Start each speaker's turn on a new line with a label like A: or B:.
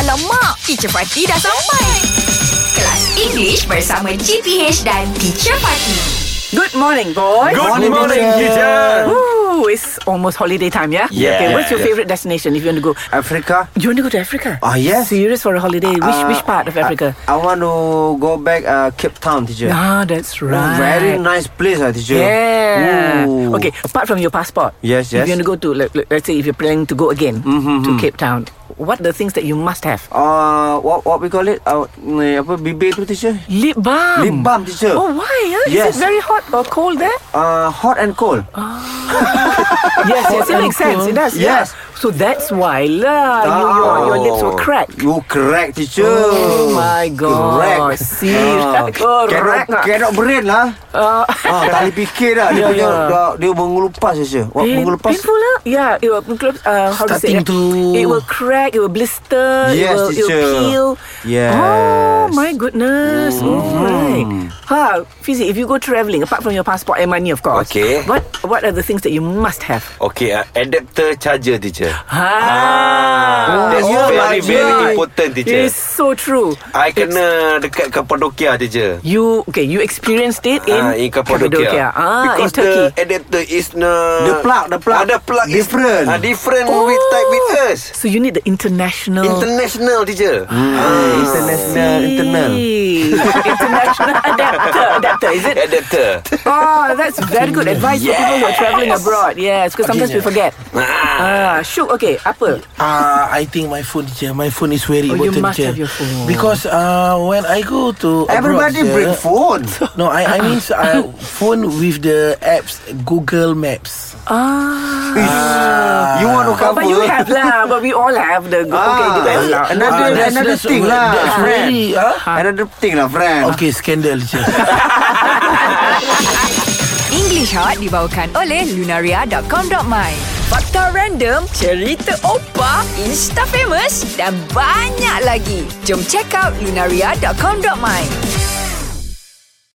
A: Alah mak, teacher Fatih dah sampai. Kelas English bersama GPH dan teacher Fatih.
B: Good morning, boy.
C: Good morning,
D: morning,
C: teacher.
B: Ooh, it's almost holiday time, yeah?
C: Yeah.
B: Okay, what's your
C: Yeah.
B: favorite destination if you want to go?
D: Africa.
B: You want to go to Africa?
D: Ah, yes.
B: Serious for a holiday? Which
D: Uh,
B: which part of Africa?
D: I, I want to go back uh, Cape Town, teacher.
B: ah, that's right.
D: Very nice place, uh, teacher.
B: Yeah.
D: Ooh.
B: Okay. Apart from your passport,
D: Yes,
B: If
D: yes.
B: you want to go to, let, let- let's say, if you're planning to go again to Cape Town, what are the things that you must have?
D: Uh, what what we call it? Uh, ni, apa bibir tu, teacher?
B: Lip balm.
D: Lip balm, teacher.
B: Oh, why? Huh? Is
D: Yes.
B: it very hot or cold there?
D: Uh, hot and cold.
B: Ah, yes, yes, it makes sense. It does.
D: Yes.
B: yeah. So that's why lah. You, your, your lips
D: Oh.
B: will crack.
D: Ah. You crack, teacher.
B: Oh my God.
D: Correct.
B: Serious. Oh,
D: Ah,
B: Correct.
D: Cannot, cannot brain lah.
B: Uh,
D: ah, tak boleh fikir dah. Dia
B: Yeah,
D: punya,
B: yeah.
D: dah- dia mengelupas, teacher. Wah,
B: Pain-
D: mengelupas.
B: Painful lah Yeah it will, mengkelup- uh, How to say
D: Starting
B: it?
D: to-
B: It will crack It will blister It
D: Yes,
B: will, it will
D: teacher.
B: peel
D: Yes.
B: Oh my goodness
C: Mm-hmm.
B: Alright Ha Fizi if you go travelling Apart from your passport and money of course
C: Okay.
B: What What are the things that you must have
C: Okay, uh, adapter charger teacher.
B: Ha
C: Ah, that's
D: oh
C: very
D: my
C: very
D: God.
C: important teacher. Ah.
B: It's so true
C: I kena dekat Cappadocia teacher.
B: You Okay you experienced it in,
C: Ah, in Cappadocia.
B: Ah
C: Because
B: in Turkey
C: the adapter is na
D: The plug, the plug.
C: Ah, the plug
D: Different.
C: Is, ah, different with
B: Oh.
C: type with us.
B: So you need the international
C: International teacher.
D: Ah, international, internal.
B: International adapter Adapter is it
C: Adapter.
B: Oh, that's very good advice for people who are traveling abroad. Yes, because sometimes we forget. Ah, Syuk, okay, apa?
E: Uh, I think my phone, teacher. My phone is very
B: Oh, you
E: important,
B: must
E: teacher.
B: have your phone.
E: Because uh, when I go to
D: Everybody
E: abroad, Ah.
D: bring
E: teacher,
D: phone.
E: No, I I mean uh, phone with the apps Google Maps.
B: Ah,
D: you want to cover?
B: but you have lah, but we all have the,
D: Ah,
B: okay, depends lah.
D: Another,
E: Ah, that's-
D: another
E: that's-
D: thing lah,
E: That's
D: friend.
E: really huh?
D: Another thing lah, friend.
E: Okay, scandal, teacher.
A: English Hot dibawakan oleh Lunaria.com.my Fakta random, cerita opa, insta famous dan banyak lagi. Jom check out Lunaria.com.my